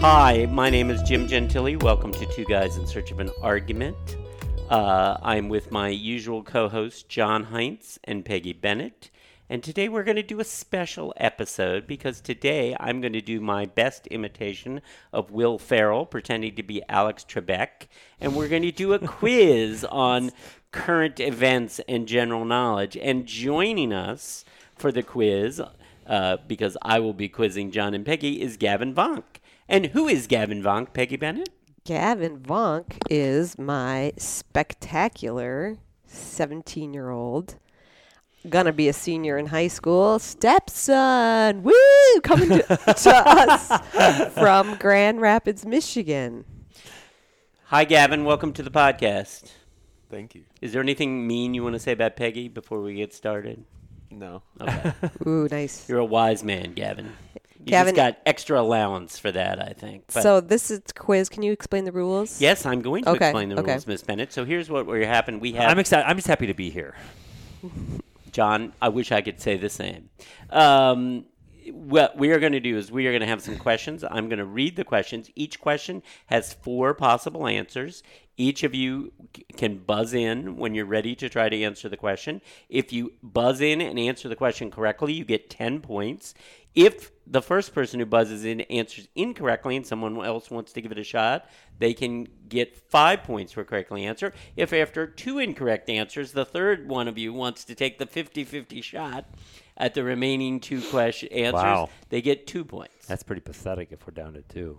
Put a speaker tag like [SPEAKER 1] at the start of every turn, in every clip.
[SPEAKER 1] Hi, my name is Jim Gentili. Welcome to Two Guys in Search of an Argument. Uh, I'm with my usual co host, John Heinz and Peggy Bennett. And today we're going to do a special episode because today I'm going to do my best imitation of Will Farrell, pretending to be Alex Trebek. And we're going to do a quiz on current events and general knowledge. And joining us for the quiz, uh, because I will be quizzing John and Peggy, is Gavin Vonk. And who is Gavin Vonk, Peggy Bennett?
[SPEAKER 2] Gavin Vonk is my spectacular 17 year old, gonna be a senior in high school, stepson. Woo! Coming to, to us from Grand Rapids, Michigan.
[SPEAKER 1] Hi, Gavin. Welcome to the podcast.
[SPEAKER 3] Thank you.
[SPEAKER 1] Is there anything mean you want to say about Peggy before we get started?
[SPEAKER 3] No.
[SPEAKER 1] Okay.
[SPEAKER 2] Ooh, nice.
[SPEAKER 1] You're a wise man, Gavin. You
[SPEAKER 2] Gavin-
[SPEAKER 1] just got extra allowance for that, I think. But-
[SPEAKER 2] So this is quiz. Can you explain the rules?
[SPEAKER 1] yes, I'm going to
[SPEAKER 2] Okay,
[SPEAKER 1] explain the
[SPEAKER 2] okay.
[SPEAKER 1] rules, Miss Bennett. So here's what will happen. We have
[SPEAKER 4] I'm excited. I'm just happy to be here.
[SPEAKER 1] John, I wish I could say the same. Um, what we are going to do is we are going to have some questions. I'm going to read the questions. Each question has four possible answers. Each of you c- can buzz in when you're ready to try to answer the question. If you buzz in and answer the question correctly, you get 10 points. If the first person who buzzes in answers incorrectly and someone else wants to give it a shot, they can get five points for a correctly answer. If after two incorrect answers, the third one of you wants to take the 50 50 shot at the remaining two question answers,
[SPEAKER 4] Wow.
[SPEAKER 1] they get two points.
[SPEAKER 4] That's pretty pathetic if we're down to two.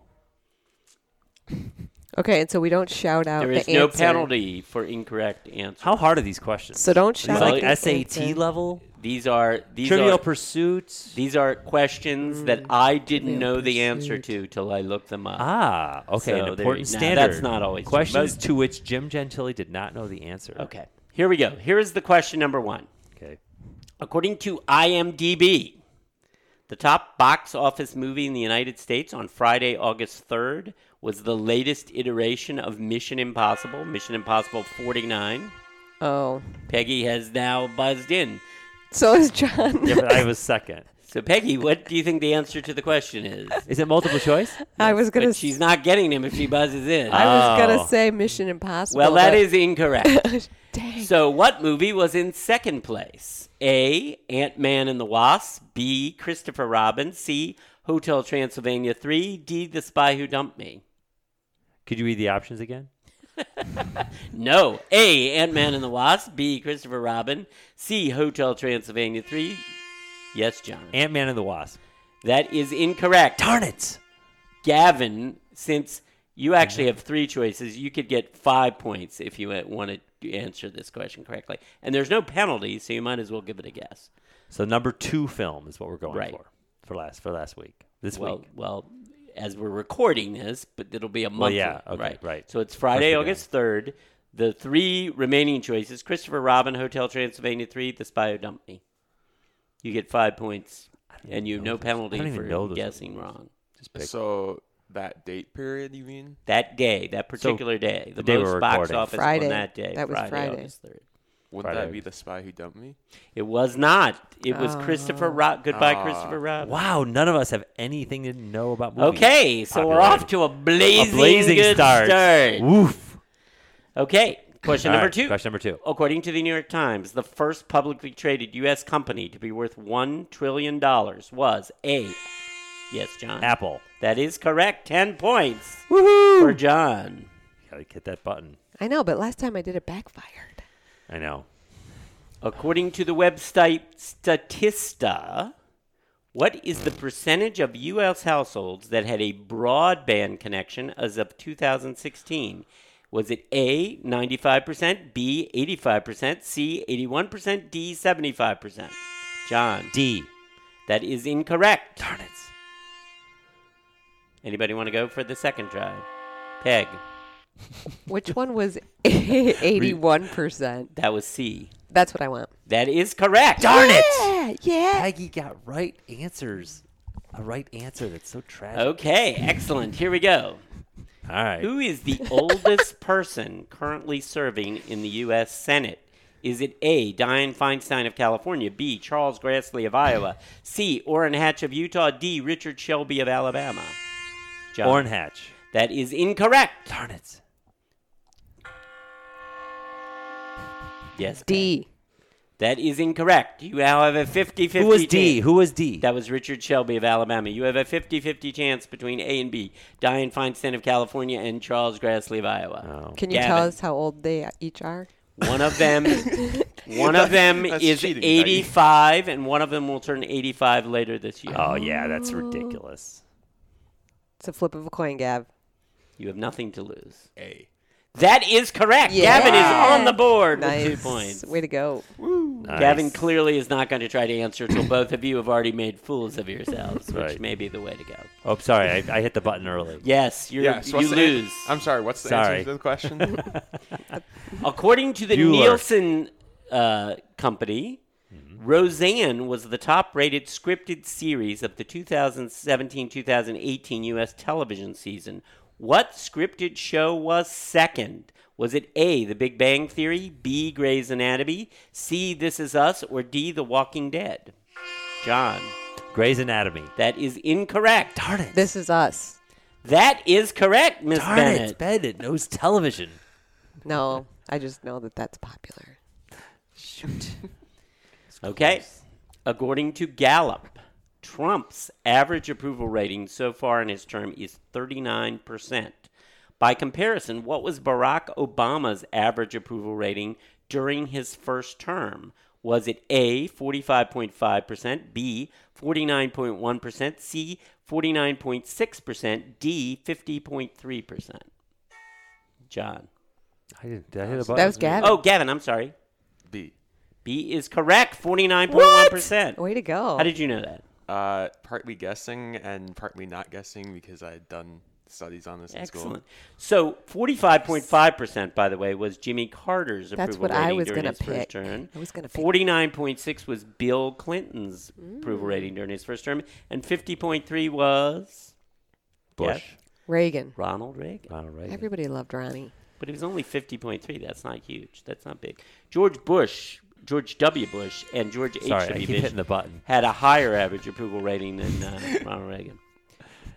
[SPEAKER 2] Okay, and so we don't shout out
[SPEAKER 1] there
[SPEAKER 2] the
[SPEAKER 1] is no
[SPEAKER 2] answer.
[SPEAKER 1] penalty for incorrect answer.
[SPEAKER 4] How hard are these questions?
[SPEAKER 2] So don't
[SPEAKER 4] These
[SPEAKER 2] shout
[SPEAKER 4] are
[SPEAKER 2] out
[SPEAKER 4] like
[SPEAKER 2] the
[SPEAKER 4] SAT
[SPEAKER 2] answer.
[SPEAKER 4] level,
[SPEAKER 1] These are these
[SPEAKER 4] Trivial
[SPEAKER 1] are
[SPEAKER 4] Pursuits.
[SPEAKER 1] these are questions that I didn't
[SPEAKER 2] Mm. Trivial
[SPEAKER 1] know the answer to
[SPEAKER 2] Pursuit.
[SPEAKER 1] till I looked them up.
[SPEAKER 4] ah,
[SPEAKER 1] So
[SPEAKER 4] okay,
[SPEAKER 1] there
[SPEAKER 4] an
[SPEAKER 1] you-
[SPEAKER 4] important
[SPEAKER 1] now,
[SPEAKER 4] standard.
[SPEAKER 1] that's not always true.
[SPEAKER 4] questions
[SPEAKER 1] Most-
[SPEAKER 4] to which Jim Gentili did not know the answer.
[SPEAKER 1] Okay. Here we go. Here is the question number 1.
[SPEAKER 4] Okay.
[SPEAKER 1] According to IMDb, the top box office movie in the United States on Friday, August 3rd was the latest iteration of Mission Impossible, Mission Impossible 49.
[SPEAKER 2] Oh,
[SPEAKER 1] Peggy has now buzzed in.
[SPEAKER 2] so is John.
[SPEAKER 4] Yeah, but I was second.
[SPEAKER 1] So, Peggy, what do you think the answer to the question is?
[SPEAKER 4] Is it multiple choice?
[SPEAKER 2] I was gonna.
[SPEAKER 1] But she's not getting him if she buzzes in.
[SPEAKER 2] I was
[SPEAKER 4] Oh.
[SPEAKER 2] gonna say Mission Impossible.
[SPEAKER 1] well, that
[SPEAKER 2] but-
[SPEAKER 1] is incorrect.
[SPEAKER 2] Dang.
[SPEAKER 1] So, what movie was in second place? A. Ant Man and the Wasp. B. Christopher Robin. C. Hotel Transylvania 3. D. The Spy Who Dumped Me.
[SPEAKER 4] Could you read the options again?
[SPEAKER 1] No. A. Ant Man and the Wasp. B. Christopher Robin. C. Hotel Transylvania 3. Yes, John.
[SPEAKER 4] Ant Man and the Wasp.
[SPEAKER 1] That is incorrect.
[SPEAKER 4] Darn it!
[SPEAKER 1] Gavin, since you actually have three choices, you could get five points if you want to answer this question correctly. And there's no penalty, so you might as well give it a guess.
[SPEAKER 4] So number two film is what we're going
[SPEAKER 1] Right.
[SPEAKER 4] for for last for last week. This
[SPEAKER 1] well,
[SPEAKER 4] week.
[SPEAKER 1] well, as we're recording this, but it'll be a month.
[SPEAKER 4] yeah, okay,
[SPEAKER 1] right,
[SPEAKER 4] right.
[SPEAKER 1] So it's Friday,
[SPEAKER 4] Perfect,
[SPEAKER 1] August third. The three remaining choices: Christopher Robin, Hotel Transylvania three, The Spy Who Dumped Me. You get five points, and you have no
[SPEAKER 4] I don't
[SPEAKER 1] penalty
[SPEAKER 4] even
[SPEAKER 1] for
[SPEAKER 4] know those
[SPEAKER 1] guessing wrong.
[SPEAKER 4] Just pick.
[SPEAKER 3] So that date period, you mean?
[SPEAKER 1] That day, that particular day, the,
[SPEAKER 4] the day
[SPEAKER 1] most
[SPEAKER 4] we're
[SPEAKER 1] box
[SPEAKER 4] recording.
[SPEAKER 1] office
[SPEAKER 2] Friday.
[SPEAKER 1] on that day.
[SPEAKER 2] That was Friday.
[SPEAKER 1] August third.
[SPEAKER 3] Wouldn't
[SPEAKER 4] Friday.
[SPEAKER 3] that be the spy who dumped me?
[SPEAKER 1] It was not. It was
[SPEAKER 2] Oh.
[SPEAKER 1] Christopher Rob. Goodbye,
[SPEAKER 3] Ah.
[SPEAKER 1] Christopher Robin.
[SPEAKER 4] Wow, none of us have anything to know about movies.
[SPEAKER 1] Okay, so we're
[SPEAKER 4] Popularity.
[SPEAKER 1] off to a blazing,
[SPEAKER 4] a blazing
[SPEAKER 1] good
[SPEAKER 4] start.
[SPEAKER 1] start.
[SPEAKER 4] Woof.
[SPEAKER 1] Okay, question
[SPEAKER 4] All
[SPEAKER 1] number
[SPEAKER 4] right,
[SPEAKER 1] two.
[SPEAKER 4] Question number two.
[SPEAKER 1] According to the New York Times, the first publicly traded U.S. company to be worth one trillion dollars was a. Yes, John.
[SPEAKER 4] Apple.
[SPEAKER 1] That is correct. Ten points
[SPEAKER 4] Woohoo!
[SPEAKER 1] for John.
[SPEAKER 4] Gotta hit that button.
[SPEAKER 2] I know, but last time I did it backfired.
[SPEAKER 4] I know.
[SPEAKER 1] According to the website Statista, what is the percentage of U.S. households that had a broadband connection as of 2016? Was it A, 95%, B, 85%, C, 81%, D, 75%? John,
[SPEAKER 4] D.
[SPEAKER 1] that is incorrect.
[SPEAKER 4] Darn it.
[SPEAKER 1] Anybody want to go for the second try? Peg,
[SPEAKER 2] Which one was 81%?
[SPEAKER 1] that was C.
[SPEAKER 2] That's what I want.
[SPEAKER 1] That is correct.
[SPEAKER 4] Darn it!
[SPEAKER 2] Yeah, yeah.
[SPEAKER 4] Peggy got right answers. A right answer. That's so tragic.
[SPEAKER 1] Okay, excellent. Here we go.
[SPEAKER 4] All right.
[SPEAKER 1] Who is the oldest person currently serving in the U.S. Senate? Is it A. Dianne Feinstein of California, B. Charles Grassley of Iowa, C. Orrin Hatch of Utah, D. Richard Shelby of Alabama? John.
[SPEAKER 4] Orange.
[SPEAKER 1] That is incorrect.
[SPEAKER 4] Darn it.
[SPEAKER 1] Yes.
[SPEAKER 2] D.
[SPEAKER 1] That is incorrect. You now have a 50 50
[SPEAKER 4] Who was D? Who was D?
[SPEAKER 1] That was Richard Shelby of Alabama. You have a 50 50 chance between A and B. Diane Feinstein of California and Charles Grassley of Iowa.
[SPEAKER 4] Oh.
[SPEAKER 2] Can you
[SPEAKER 1] Gavin.
[SPEAKER 2] tell us how old they each are?
[SPEAKER 1] One of them. One of them
[SPEAKER 3] That's
[SPEAKER 1] is
[SPEAKER 3] cheating, Diane.
[SPEAKER 1] 85, and one of them will turn 85 later this year.
[SPEAKER 4] Oh yeah, that's ridiculous.
[SPEAKER 2] It's a flip of a coin, Gav.
[SPEAKER 1] You have nothing to lose.
[SPEAKER 3] A.
[SPEAKER 1] That is correct.
[SPEAKER 2] Yeah.
[SPEAKER 1] Gavin
[SPEAKER 2] Wow.
[SPEAKER 1] is on the board
[SPEAKER 2] Nice.
[SPEAKER 1] with two points.
[SPEAKER 2] Way to go.
[SPEAKER 4] Nice.
[SPEAKER 1] Gavin clearly is not going to try to answer till both of you have already made fools of yourselves, which
[SPEAKER 4] Right.
[SPEAKER 1] may be the way to go.
[SPEAKER 4] Oh, sorry, I, I hit the button early.
[SPEAKER 1] Yes, you're,
[SPEAKER 3] Yes.
[SPEAKER 1] you
[SPEAKER 3] what's the an-
[SPEAKER 1] lose.
[SPEAKER 3] I'm sorry. What's the
[SPEAKER 4] Sorry.
[SPEAKER 3] answer to the question?
[SPEAKER 1] According to the
[SPEAKER 4] Bueller.
[SPEAKER 1] Nielsen uh, company,
[SPEAKER 4] Mm-hmm.
[SPEAKER 1] Roseanne was the top rated scripted series of the 2017 2018 U.S. television season. What scripted show was second? Was it A, The Big Bang Theory, B, Grey's Anatomy, C, This Is Us, or D, The Walking Dead? John,
[SPEAKER 4] Grey's Anatomy.
[SPEAKER 1] that is incorrect.
[SPEAKER 4] Darn it.
[SPEAKER 2] This is us.
[SPEAKER 1] That is correct, Miss
[SPEAKER 4] Darn
[SPEAKER 1] Bennett.
[SPEAKER 4] it. Bennett knows television.
[SPEAKER 2] No, I just know that that's popular.
[SPEAKER 4] Shoot.
[SPEAKER 1] Okay. According to Gallup, Trump's average approval rating so far in his term is 39%. By comparison, what was Barack Obama's average approval rating during his first term? Was it A, 45.5%, B, 49.1%, C, 49.6%, D, 50.3%? John.
[SPEAKER 4] I didn't. Did I hit a button?
[SPEAKER 2] That was Gavin.
[SPEAKER 1] Oh, Gavin, I'm sorry.
[SPEAKER 3] B.
[SPEAKER 1] B is correct, 49.1%.
[SPEAKER 2] Way to go.
[SPEAKER 1] Oh. How did you know that?
[SPEAKER 3] Uh, partly guessing and partly not guessing because I had done studies on this in school.
[SPEAKER 1] Excellent. So, forty-five point five percent, by the way, was Jimmy Carter's
[SPEAKER 2] That's
[SPEAKER 1] approval
[SPEAKER 2] what
[SPEAKER 1] rating
[SPEAKER 2] I was
[SPEAKER 1] during
[SPEAKER 2] gonna
[SPEAKER 1] his first
[SPEAKER 2] pick.
[SPEAKER 1] term.
[SPEAKER 2] I was gonna pick-
[SPEAKER 1] Forty-nine point six was Bill Clinton's approval
[SPEAKER 2] Mm.
[SPEAKER 1] rating during his first term, and fifty point three was
[SPEAKER 4] Bush.
[SPEAKER 1] Yes.
[SPEAKER 2] Reagan.
[SPEAKER 1] Ronald Reagan.
[SPEAKER 4] Ronald Reagan.
[SPEAKER 2] Everybody loved Ronnie.
[SPEAKER 1] But it was only fifty point three. That's not huge. That's not big. George Bush, George W. Bush, and George H.
[SPEAKER 4] Sorry, I
[SPEAKER 1] W.
[SPEAKER 4] keep
[SPEAKER 1] Bush
[SPEAKER 4] hitting the button.
[SPEAKER 1] had a higher average approval rating than uh, Ronald Reagan.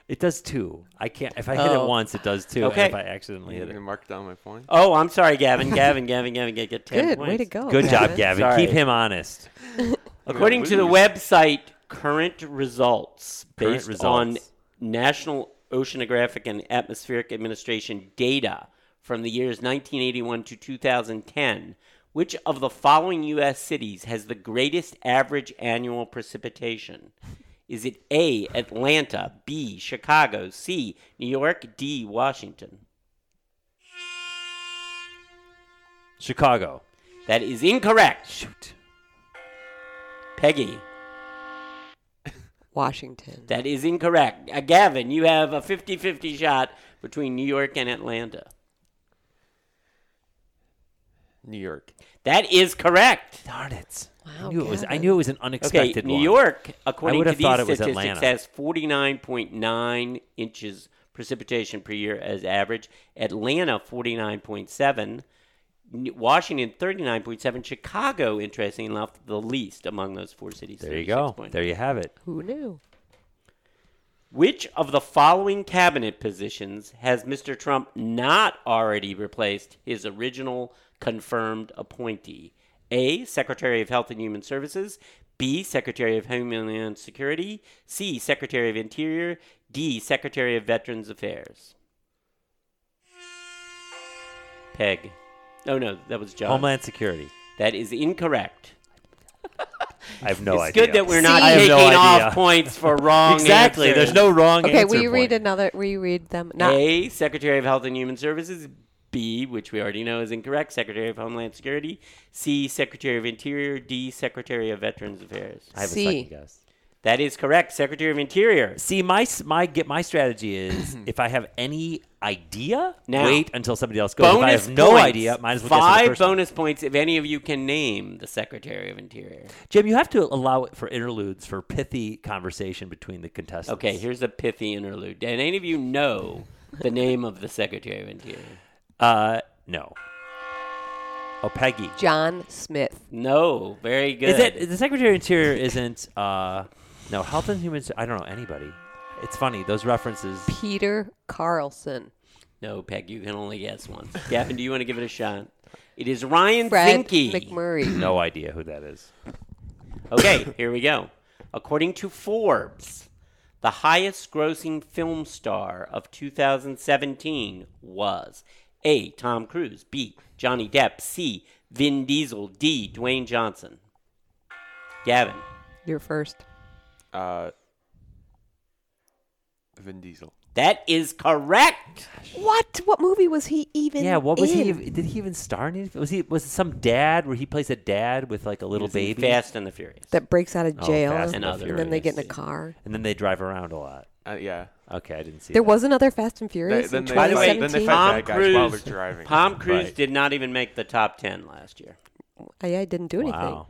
[SPEAKER 4] It does two. I can't. If I hit
[SPEAKER 2] Oh.
[SPEAKER 4] it once, it does two.
[SPEAKER 1] Okay.
[SPEAKER 4] And if I accidentally
[SPEAKER 3] You're
[SPEAKER 4] hit
[SPEAKER 3] gonna
[SPEAKER 4] it.
[SPEAKER 3] mark down my point.
[SPEAKER 1] Oh, I'm sorry, Gavin. Gavin. Gavin. Gavin. Get, get ten
[SPEAKER 2] Good.
[SPEAKER 1] points.
[SPEAKER 2] Way to go.
[SPEAKER 4] Good job,
[SPEAKER 2] Gavin.
[SPEAKER 4] Gavin.
[SPEAKER 1] Oh, Sorry.
[SPEAKER 4] Keep him honest.
[SPEAKER 1] According to the
[SPEAKER 3] Lose.
[SPEAKER 1] website, current results
[SPEAKER 4] Current
[SPEAKER 1] based
[SPEAKER 4] results.
[SPEAKER 1] on National Oceanographic and Atmospheric Administration data from the years 1981 to 2010, which of the following U.S. cities has the greatest average annual precipitation? Is it A, Atlanta, B, Chicago, C, New York, D, Washington?
[SPEAKER 4] Chicago.
[SPEAKER 1] That is incorrect.
[SPEAKER 4] Shoot.
[SPEAKER 1] Peggy,
[SPEAKER 2] Washington.
[SPEAKER 1] that is incorrect. Uh, Gavin, you have a 50 50 shot between New York and Atlanta.
[SPEAKER 3] New York.
[SPEAKER 1] That is correct.
[SPEAKER 4] Darn it.
[SPEAKER 2] Wow,
[SPEAKER 4] I knew it was. I
[SPEAKER 2] Gavin.
[SPEAKER 4] knew it was an
[SPEAKER 1] Okay,
[SPEAKER 4] unexpected
[SPEAKER 1] New
[SPEAKER 4] one.
[SPEAKER 1] York, according
[SPEAKER 4] would
[SPEAKER 1] to
[SPEAKER 4] have thought
[SPEAKER 1] these
[SPEAKER 4] it was
[SPEAKER 1] statistics,
[SPEAKER 4] Atlanta.
[SPEAKER 1] has 49.9 inches precipitation per year as average. Atlanta, 49.7. N- Washington, 39.7. Chicago, interesting enough, the least among those four cities.
[SPEAKER 4] There you go.
[SPEAKER 1] 36.9.
[SPEAKER 4] There you have it.
[SPEAKER 2] Who knew?
[SPEAKER 1] Which of the following cabinet positions has Mr. Trump not already replaced his original confirmed appointee? A. Secretary of Health and Human Services. B. Secretary of Homeland Security. C. Secretary of Interior. D. Secretary of Veterans Affairs. Peg. Oh, no, that was John.
[SPEAKER 4] Homeland Security.
[SPEAKER 1] That is incorrect.
[SPEAKER 4] I have no
[SPEAKER 1] it's
[SPEAKER 4] idea.
[SPEAKER 1] good that we're not
[SPEAKER 4] I have
[SPEAKER 1] taking
[SPEAKER 4] no idea.
[SPEAKER 1] off points for wrong
[SPEAKER 4] exactly. There's
[SPEAKER 1] answers.
[SPEAKER 4] no wrong
[SPEAKER 2] Okay,
[SPEAKER 4] answer.
[SPEAKER 2] will you
[SPEAKER 4] point.
[SPEAKER 2] read another? Will you read them? Not
[SPEAKER 1] A, Secretary of Health and Human Services. B, which we already know is incorrect, Secretary of Homeland Security. C, Secretary of Interior. D, Secretary of Veterans Affairs.
[SPEAKER 4] I have a
[SPEAKER 2] C.
[SPEAKER 4] second guess.
[SPEAKER 1] That is correct, Secretary of Interior.
[SPEAKER 4] See, my s- my get my strategy is if I have any idea,
[SPEAKER 1] Now.
[SPEAKER 4] wait until somebody else goes. if I
[SPEAKER 1] Bonus
[SPEAKER 4] have no
[SPEAKER 1] points.
[SPEAKER 4] idea, might as well guess on the
[SPEAKER 1] Five
[SPEAKER 4] first one.
[SPEAKER 1] bonus points if any of you can name the Secretary of Interior.
[SPEAKER 4] Jim, you have to allow it for interludes for pithy conversation between the contestants.
[SPEAKER 1] Okay, here's a pithy interlude. Did any of you know the name of the Secretary of Interior?
[SPEAKER 4] Uh, no. Oh, Peggy.
[SPEAKER 2] John Smith.
[SPEAKER 1] No, very good.
[SPEAKER 4] Is it the Secretary of Interior? Isn't uh, no Health and Human? Se- I don't know anybody. It's funny those references.
[SPEAKER 2] Peter Carlson.
[SPEAKER 1] No, Peg, you can only guess once. Gavin, do you want to give it a shot? It is Ryan
[SPEAKER 2] Fred
[SPEAKER 1] Zinke.
[SPEAKER 2] McMurray.
[SPEAKER 4] No idea who that is.
[SPEAKER 1] Okay, here we go. According to Forbes, the highest grossing film star of 2017 was A. Tom Cruise, B. Johnny Depp, C. Vin Diesel, D. Dwayne Johnson. Gavin,
[SPEAKER 2] You're first.
[SPEAKER 3] Uh, Vin Diesel.
[SPEAKER 1] that is correct.
[SPEAKER 2] What? What movie was he even?
[SPEAKER 4] Yeah, what was
[SPEAKER 2] in?
[SPEAKER 4] he? ev- Did he even star in it? Was he? Was it some dad where he plays a dad with like a little
[SPEAKER 1] It's in
[SPEAKER 4] baby?
[SPEAKER 1] Fast and the Furious.
[SPEAKER 2] That breaks out of
[SPEAKER 4] Oh,
[SPEAKER 2] jail,
[SPEAKER 4] Fast
[SPEAKER 1] and
[SPEAKER 2] and,
[SPEAKER 1] the
[SPEAKER 2] then they get in a
[SPEAKER 4] Furious.
[SPEAKER 2] car.
[SPEAKER 4] And then they drive around a lot.
[SPEAKER 3] Uh, yeah.
[SPEAKER 4] Okay, I didn't see.
[SPEAKER 2] There
[SPEAKER 4] that.
[SPEAKER 2] was another Fast and
[SPEAKER 3] They,
[SPEAKER 2] Furious
[SPEAKER 3] then,
[SPEAKER 2] in
[SPEAKER 3] they,
[SPEAKER 1] By the way,
[SPEAKER 3] fight,
[SPEAKER 2] 2017.
[SPEAKER 3] then they
[SPEAKER 1] Tom
[SPEAKER 3] fight bad guys while they're
[SPEAKER 1] Cruise-
[SPEAKER 3] driving.
[SPEAKER 1] Tom Cruise
[SPEAKER 4] Right.
[SPEAKER 1] did not even make the top 10 last year.
[SPEAKER 2] Oh, yeah, I didn't do anything.
[SPEAKER 4] Wow.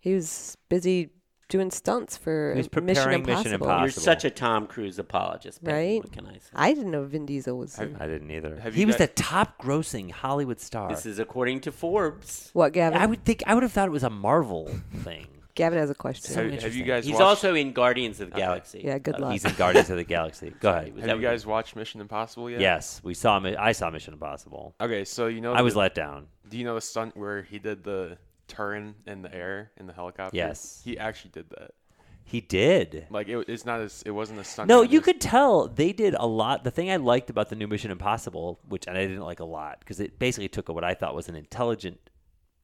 [SPEAKER 2] He was busy doing stunts for
[SPEAKER 4] He was
[SPEAKER 2] Mission
[SPEAKER 4] preparing
[SPEAKER 2] Impossible.
[SPEAKER 4] Mission
[SPEAKER 1] You're
[SPEAKER 4] Impossible.
[SPEAKER 1] such a Tom Cruise apologist, Peggy.
[SPEAKER 2] Right?
[SPEAKER 1] What can I say?
[SPEAKER 2] I didn't know Vin Diesel was. in-
[SPEAKER 4] I didn't either.
[SPEAKER 3] Have
[SPEAKER 4] He
[SPEAKER 3] you
[SPEAKER 4] was
[SPEAKER 3] guys-
[SPEAKER 4] the top grossing Hollywood star.
[SPEAKER 1] This is according to Forbes.
[SPEAKER 2] What, Gavin?
[SPEAKER 4] I would think I would have thought it was a Marvel thing.
[SPEAKER 2] Gavin has a question.
[SPEAKER 4] So-
[SPEAKER 3] have, have you guys
[SPEAKER 1] He's
[SPEAKER 3] watched,
[SPEAKER 1] also in Guardians of the Galaxy.
[SPEAKER 2] yeah, good luck.
[SPEAKER 4] Uh, He's in Guardians of the Galaxy. Go ahead.
[SPEAKER 1] was-
[SPEAKER 3] have you guys watched Mission Impossible yet?
[SPEAKER 4] Yes, we saw. Mi- I saw Mission Impossible.
[SPEAKER 3] Okay, so you know
[SPEAKER 4] I was
[SPEAKER 3] the-
[SPEAKER 4] let down.
[SPEAKER 3] Do you know the stunt where he did the turn in the air in the helicopter?
[SPEAKER 4] Yes.
[SPEAKER 3] He actually did that.
[SPEAKER 4] He did.
[SPEAKER 3] Like it, it's not as it wasn't a stunt.
[SPEAKER 4] No,
[SPEAKER 3] man, it
[SPEAKER 4] you
[SPEAKER 3] was-
[SPEAKER 4] could tell they did a lot. The thing I liked about the new Mission Impossible, which and I didn't like a lot, because it basically took what I thought was an intelligent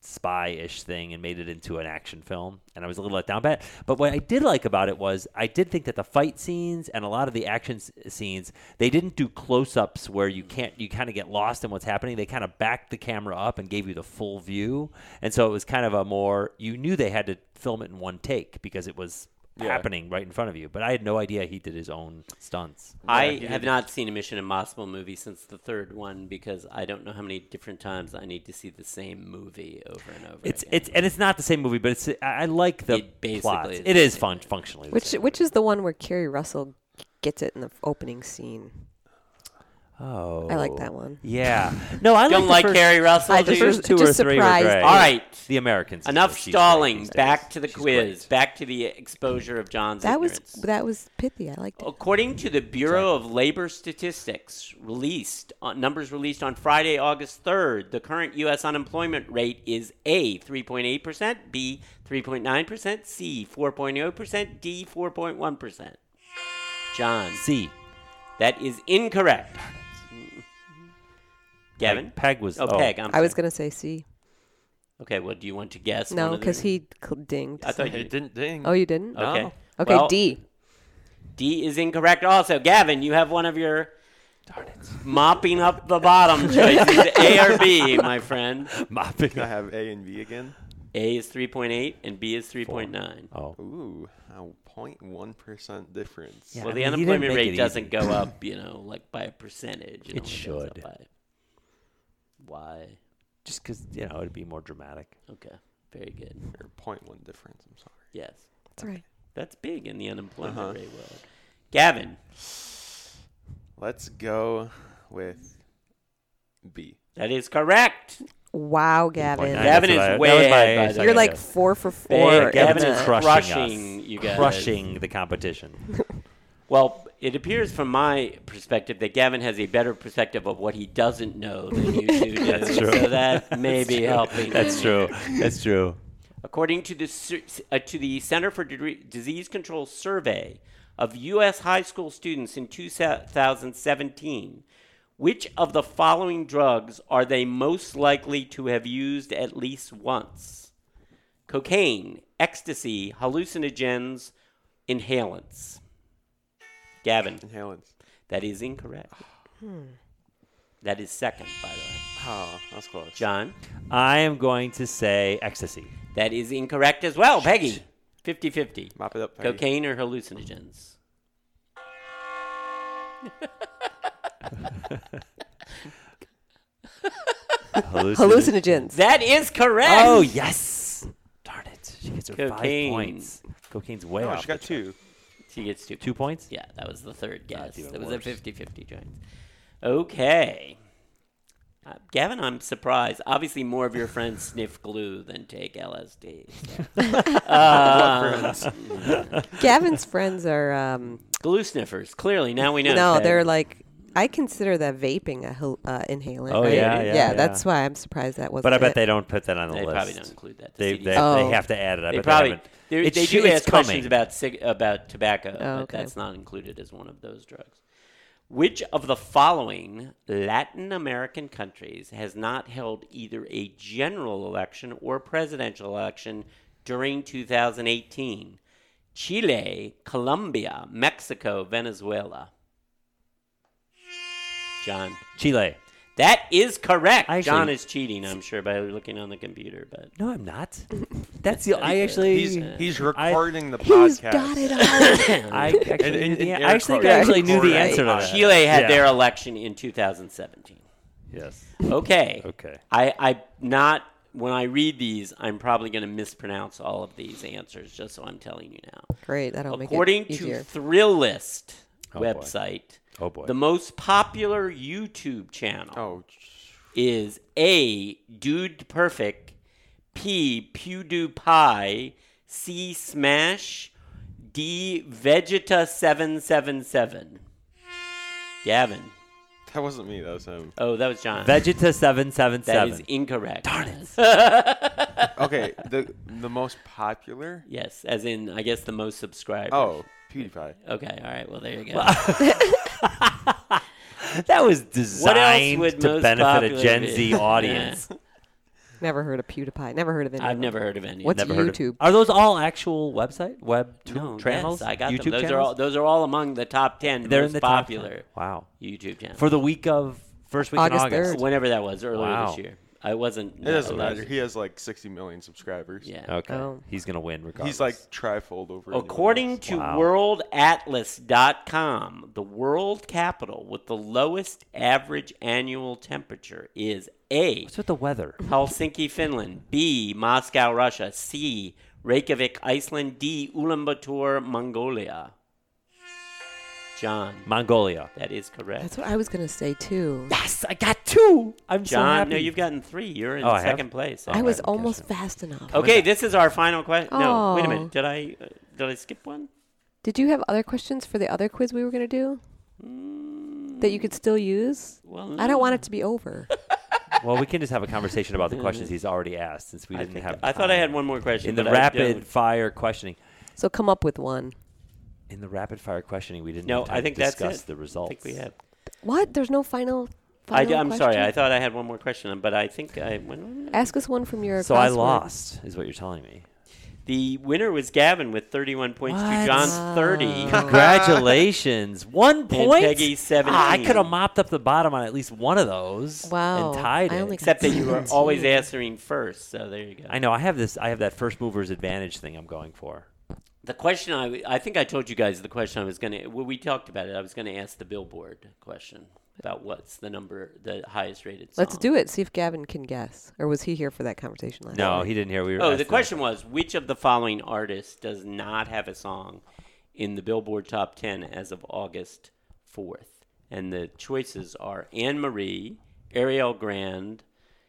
[SPEAKER 4] spy-ish thing and made it into an action film, and I was a little let down by it. But what I did like about it was I did think that the fight scenes and a lot of the action s- scenes they didn't do close-ups where
[SPEAKER 1] Mm.
[SPEAKER 4] you can't you kind of get lost in what's happening. They kind of backed the camera up and gave you the full view, and so it was kind of a more you knew they had to film it in one take because it was
[SPEAKER 3] Yeah.
[SPEAKER 4] happening right in front of you. But I had no idea he did his own stunts.
[SPEAKER 1] I
[SPEAKER 3] Yeah, he
[SPEAKER 1] have
[SPEAKER 3] did.
[SPEAKER 1] not seen a Mission Impossible movie since the third one because I don't know how many different times I need to see the same movie over and over.
[SPEAKER 4] It's
[SPEAKER 1] again.
[SPEAKER 4] it's and it's not the same movie, but it's I, I like the
[SPEAKER 1] It basically
[SPEAKER 4] plot.
[SPEAKER 1] is
[SPEAKER 4] It
[SPEAKER 1] the
[SPEAKER 4] is
[SPEAKER 1] same
[SPEAKER 4] fun
[SPEAKER 1] movie.
[SPEAKER 4] functionally. the
[SPEAKER 2] which
[SPEAKER 4] same.
[SPEAKER 2] which is the one where Carrie Russell gets it in the opening scene?
[SPEAKER 4] oh
[SPEAKER 2] I like that one.
[SPEAKER 4] Yeah, no, I
[SPEAKER 1] don't like
[SPEAKER 4] like the first,
[SPEAKER 1] Carrie Russell.
[SPEAKER 2] I
[SPEAKER 1] do
[SPEAKER 2] just
[SPEAKER 1] you?
[SPEAKER 2] was-
[SPEAKER 4] first two or
[SPEAKER 2] just
[SPEAKER 4] three were
[SPEAKER 2] surprised
[SPEAKER 4] great.
[SPEAKER 2] me.
[SPEAKER 1] All right,
[SPEAKER 4] the Americans. is
[SPEAKER 1] enough
[SPEAKER 4] where she's great
[SPEAKER 1] stalling.
[SPEAKER 4] these days.
[SPEAKER 1] Back to the
[SPEAKER 4] She's
[SPEAKER 1] quiz.
[SPEAKER 4] great.
[SPEAKER 1] Back to the exposure of John's
[SPEAKER 2] That was
[SPEAKER 1] ignorance.
[SPEAKER 2] that was pithy. I liked it.
[SPEAKER 1] According to the Bureau of Labor Statistics, released uh, numbers released on Friday, August 3rd, the current U.S. unemployment rate is A, 3.8%, B, 3.9%, C, 4.0%, D, 4.1%. John,
[SPEAKER 4] C.
[SPEAKER 1] that is incorrect. Gavin?
[SPEAKER 4] Peg, Peg was.
[SPEAKER 1] Oh, Peg. I'm
[SPEAKER 2] I was
[SPEAKER 1] sorry.
[SPEAKER 2] gonna say C.
[SPEAKER 1] Okay, well, do you want to guess?
[SPEAKER 2] No,
[SPEAKER 1] one of the-
[SPEAKER 2] because he cl- dinged.
[SPEAKER 1] I thought you
[SPEAKER 3] It didn't ding.
[SPEAKER 2] oh, you didn't?
[SPEAKER 1] Okay.
[SPEAKER 3] No.
[SPEAKER 2] Okay,
[SPEAKER 1] Well,
[SPEAKER 2] D.
[SPEAKER 1] D is incorrect also. Gavin, you have one of your mopping up the bottom choices. A or B, my friend.
[SPEAKER 4] mopping.
[SPEAKER 3] Can I
[SPEAKER 4] up.
[SPEAKER 3] have A and B again?
[SPEAKER 1] A is 3.8 and B is 3.9.
[SPEAKER 4] Oh,
[SPEAKER 3] Ooh, a 0.1 percent difference.
[SPEAKER 4] Yeah.
[SPEAKER 1] Well,
[SPEAKER 4] I
[SPEAKER 1] the
[SPEAKER 4] mean, he didn't
[SPEAKER 1] unemployment
[SPEAKER 4] make
[SPEAKER 1] rate
[SPEAKER 4] it
[SPEAKER 1] doesn't
[SPEAKER 4] easy.
[SPEAKER 1] go up, you know, like by a percentage. It,
[SPEAKER 4] It
[SPEAKER 1] only goes up
[SPEAKER 4] should.
[SPEAKER 1] by- Why?
[SPEAKER 4] just because you know it'd be more dramatic.
[SPEAKER 1] Okay. Very good.
[SPEAKER 3] Or 0.1 difference. I'm sorry.
[SPEAKER 1] Yes.
[SPEAKER 2] That's right.
[SPEAKER 1] That's big in the unemployment
[SPEAKER 3] Uh-huh.
[SPEAKER 1] rate world. Gavin,
[SPEAKER 3] Let's go with B.
[SPEAKER 1] that is correct.
[SPEAKER 2] Wow,
[SPEAKER 4] Point
[SPEAKER 2] Gavin.
[SPEAKER 4] nine,
[SPEAKER 1] Gavin
[SPEAKER 4] that's
[SPEAKER 1] is
[SPEAKER 4] what I- that
[SPEAKER 1] way
[SPEAKER 4] was my
[SPEAKER 1] ahead by the
[SPEAKER 4] second
[SPEAKER 1] way.
[SPEAKER 2] You're like
[SPEAKER 4] guess.
[SPEAKER 2] four for
[SPEAKER 1] Big
[SPEAKER 2] four. in
[SPEAKER 1] Gavin's
[SPEAKER 4] Gavin's
[SPEAKER 2] the-
[SPEAKER 1] crush.
[SPEAKER 4] crushing
[SPEAKER 1] crushing
[SPEAKER 4] us,
[SPEAKER 1] you guys.
[SPEAKER 4] crushing the competition.
[SPEAKER 1] Well, it appears from my perspective that Gavin has a better perspective of what he doesn't know than you two do.
[SPEAKER 4] That's true.
[SPEAKER 1] So that may be helping.
[SPEAKER 4] That's true. That's true.
[SPEAKER 1] According to the sur- uh, to the Center for Dre- Disease Control survey of U.S. high school students in 2017, which of the following drugs are they most likely to have used at least once? Cocaine, ecstasy, hallucinogens, inhalants. Gavin,
[SPEAKER 3] Inhalants.
[SPEAKER 1] that is incorrect. That is second, by the way.
[SPEAKER 3] Oh, that's close.
[SPEAKER 1] John,
[SPEAKER 4] I am going to say ecstasy.
[SPEAKER 1] that is incorrect as well. Peggy, 50 50.
[SPEAKER 3] Mop it up. Peggy.
[SPEAKER 1] Cocaine or hallucinogens?
[SPEAKER 2] Hallucinogens.
[SPEAKER 1] That is correct.
[SPEAKER 4] Oh yes! Darn it! She gets her
[SPEAKER 1] Cocaine.
[SPEAKER 4] five points. Cocaine's way
[SPEAKER 3] No,
[SPEAKER 4] off.
[SPEAKER 3] she Oh, got
[SPEAKER 4] the-
[SPEAKER 3] two.
[SPEAKER 1] She gets two.
[SPEAKER 4] Two points.
[SPEAKER 1] Yeah, that was the third guess.
[SPEAKER 4] even
[SPEAKER 1] That was a
[SPEAKER 4] worse.
[SPEAKER 1] 50 50 joint. Okay. Uh, Gavin, I'm surprised. Obviously, more of your friends sniff glue than take LSD. so. Uh,
[SPEAKER 2] Gavin's friends are um,
[SPEAKER 1] Glue sniffers. Clearly, now we know.
[SPEAKER 2] no,
[SPEAKER 1] Ted.
[SPEAKER 2] they're like I consider that vaping a hal- uh, inhalant.
[SPEAKER 4] Oh,
[SPEAKER 2] right?
[SPEAKER 4] yeah, yeah,
[SPEAKER 2] That's
[SPEAKER 4] yeah.
[SPEAKER 2] why I'm surprised that wasn't.
[SPEAKER 4] But I bet
[SPEAKER 2] it.
[SPEAKER 4] they don't put that on the
[SPEAKER 1] They
[SPEAKER 4] list.
[SPEAKER 1] probably don't include that. The
[SPEAKER 4] They,
[SPEAKER 1] CDC.
[SPEAKER 4] they, they
[SPEAKER 2] Oh.
[SPEAKER 4] have to add it. I
[SPEAKER 1] They
[SPEAKER 4] bet they
[SPEAKER 1] probably
[SPEAKER 4] haven't.
[SPEAKER 1] they,
[SPEAKER 4] It's
[SPEAKER 1] they
[SPEAKER 4] shoot-
[SPEAKER 1] do
[SPEAKER 4] it's
[SPEAKER 1] ask
[SPEAKER 4] coming.
[SPEAKER 1] questions about cig- about tobacco, but
[SPEAKER 2] okay.
[SPEAKER 1] that's not included as one of those drugs. Which of the following Latin American countries has not held either a general election or presidential election during 2018? Chile, Colombia, Mexico, Venezuela. John,
[SPEAKER 4] Chile.
[SPEAKER 1] that is correct.
[SPEAKER 4] I actually-
[SPEAKER 1] John is cheating, I'm sure, by looking on the computer, but
[SPEAKER 4] No, I'm not. That's the I actually
[SPEAKER 3] He's he's
[SPEAKER 4] I-
[SPEAKER 3] recording the
[SPEAKER 2] He's
[SPEAKER 3] podcast.
[SPEAKER 2] got it all.
[SPEAKER 4] I actually,
[SPEAKER 3] And-
[SPEAKER 4] knew
[SPEAKER 3] and-
[SPEAKER 4] the,
[SPEAKER 3] and
[SPEAKER 4] I actually think I
[SPEAKER 3] air quotes.
[SPEAKER 4] actually knew the
[SPEAKER 3] Right.
[SPEAKER 4] answer to that.
[SPEAKER 1] Chile had
[SPEAKER 4] Yeah.
[SPEAKER 1] their election in 2017.
[SPEAKER 4] Yes.
[SPEAKER 1] Okay.
[SPEAKER 4] Okay.
[SPEAKER 1] I, I not when I read these, I'm probably going to mispronounce all of these answers. Just so I'm telling you now.
[SPEAKER 2] Great. That'll make
[SPEAKER 1] According
[SPEAKER 2] it easier.
[SPEAKER 1] to Thrill List
[SPEAKER 4] Oh, boy.
[SPEAKER 1] website,
[SPEAKER 4] Oh, boy.
[SPEAKER 1] the most popular YouTube channel
[SPEAKER 3] Oh,
[SPEAKER 1] is A. Dude Perfect, P. PewDiePie, C. Smash, D. Vegeta seven seven seven. Gavin.
[SPEAKER 3] that wasn't me. That was him.
[SPEAKER 1] Oh, that was John.
[SPEAKER 4] Vegeta seven seven
[SPEAKER 1] That is
[SPEAKER 4] seven.
[SPEAKER 1] incorrect. Darn it.
[SPEAKER 3] Okay, the the most popular.
[SPEAKER 1] Yes, as in I guess the most subscribers.
[SPEAKER 3] Oh, PewDiePie.
[SPEAKER 1] Okay, all right. Well, there you go.
[SPEAKER 4] That was designed
[SPEAKER 1] would
[SPEAKER 4] to
[SPEAKER 1] most
[SPEAKER 4] benefit a
[SPEAKER 1] popular
[SPEAKER 4] Gen
[SPEAKER 1] be?
[SPEAKER 4] Z
[SPEAKER 1] Yeah.
[SPEAKER 4] audience.
[SPEAKER 2] Never heard of PewDiePie. Never heard of any. of
[SPEAKER 1] I've
[SPEAKER 2] them.
[SPEAKER 1] never heard of any.
[SPEAKER 2] What's
[SPEAKER 1] of
[SPEAKER 4] Never
[SPEAKER 1] them.
[SPEAKER 4] heard of-
[SPEAKER 2] YouTube.
[SPEAKER 4] Are those all actual website web t-
[SPEAKER 1] no, yes,
[SPEAKER 4] channels?
[SPEAKER 1] I got
[SPEAKER 4] YouTube
[SPEAKER 1] them. Those
[SPEAKER 4] channels?
[SPEAKER 1] are all. Those are all among the top ten
[SPEAKER 4] They're
[SPEAKER 1] most
[SPEAKER 4] in the top ten.
[SPEAKER 1] popular
[SPEAKER 4] Wow.
[SPEAKER 1] YouTube channels.
[SPEAKER 4] For the week of first week
[SPEAKER 2] August
[SPEAKER 4] in August.
[SPEAKER 2] third.
[SPEAKER 1] whenever that was, earlier
[SPEAKER 4] Wow.
[SPEAKER 1] this year. I wasn't.
[SPEAKER 3] It doesn't
[SPEAKER 1] I
[SPEAKER 3] matter.
[SPEAKER 1] was-
[SPEAKER 3] He has like 60 million subscribers.
[SPEAKER 1] Yeah.
[SPEAKER 4] Okay.
[SPEAKER 2] Oh.
[SPEAKER 4] He's gonna win regardless.
[SPEAKER 3] He's like trifold over. anyone
[SPEAKER 1] According
[SPEAKER 3] else.
[SPEAKER 1] to
[SPEAKER 4] Wow.
[SPEAKER 1] worldatlas.com, the world capital with the lowest average annual temperature is A.
[SPEAKER 4] What's with the weather?
[SPEAKER 1] Helsinki, Finland. B. Moscow, Russia. C. Reykjavik, Iceland. D. Ulaanbaatar, Mongolia. John,
[SPEAKER 4] Mongolia.
[SPEAKER 1] that is correct.
[SPEAKER 2] That's what I was gonna say too.
[SPEAKER 4] Yes, I got two. I'm so
[SPEAKER 1] John,
[SPEAKER 4] happy.
[SPEAKER 1] no, you've gotten three. You're in
[SPEAKER 4] Oh, I have?
[SPEAKER 1] second place.
[SPEAKER 2] I was
[SPEAKER 4] right, I'm
[SPEAKER 2] almost
[SPEAKER 4] guessing.
[SPEAKER 2] fast enough.
[SPEAKER 1] okay, this is our final question. No, wait a
[SPEAKER 2] Oh.
[SPEAKER 1] minute. Did I uh, did I skip one?
[SPEAKER 2] Did you have other questions for the other quiz we were gonna do? That you could still use.
[SPEAKER 1] Hmm, Well,
[SPEAKER 2] I don't want it to be over.
[SPEAKER 4] well, we can just have a conversation about the questions he's already asked since we
[SPEAKER 1] I,
[SPEAKER 4] didn't
[SPEAKER 1] think,
[SPEAKER 4] have.
[SPEAKER 1] I thought I
[SPEAKER 4] time.
[SPEAKER 1] had one more question.
[SPEAKER 4] in the
[SPEAKER 1] but I don't.
[SPEAKER 4] rapid fire questioning.
[SPEAKER 2] So come up with one.
[SPEAKER 4] In the rapid fire questioning, we didn't
[SPEAKER 1] No,
[SPEAKER 4] have time
[SPEAKER 1] I think
[SPEAKER 4] to
[SPEAKER 1] that's
[SPEAKER 4] discuss
[SPEAKER 1] it.
[SPEAKER 4] the
[SPEAKER 1] I
[SPEAKER 4] results.
[SPEAKER 1] think we have.
[SPEAKER 2] What? There's no final.
[SPEAKER 1] I,
[SPEAKER 2] final
[SPEAKER 1] am sorry.
[SPEAKER 2] question?
[SPEAKER 1] I thought I had one more question, but I think I. When,
[SPEAKER 2] Ask us one from your.
[SPEAKER 4] So I
[SPEAKER 2] crossword.
[SPEAKER 4] lost, is what you're telling me.
[SPEAKER 1] the winner was Gavin with 31 points
[SPEAKER 4] What?
[SPEAKER 1] to John's 30.
[SPEAKER 4] Congratulations, one point.
[SPEAKER 1] Peggy,
[SPEAKER 4] Ah, I
[SPEAKER 1] 17.
[SPEAKER 4] could have mopped up the bottom on at least one of those.
[SPEAKER 2] Wow,
[SPEAKER 4] and tied
[SPEAKER 2] I
[SPEAKER 4] it.
[SPEAKER 2] only got
[SPEAKER 1] Except that you were always answering first, so there you go.
[SPEAKER 4] I know I have this. I have that first mover's advantage thing. I'm going for.
[SPEAKER 1] The question I, I think I told you guys the question I was going to, well, we talked about it. I was going to ask the Billboard question about what's the number, the highest rated song.
[SPEAKER 2] Let's do it. See if Gavin can guess, or was he here for that conversation last?
[SPEAKER 4] No,
[SPEAKER 2] time?
[SPEAKER 4] he didn't hear. We were.
[SPEAKER 1] Oh,
[SPEAKER 4] asked
[SPEAKER 1] the
[SPEAKER 4] that.
[SPEAKER 1] question was which of the following artists does not have a song in the Billboard Top 10 as of August 4th? And the choices are Anne Marie, Ariel Grande,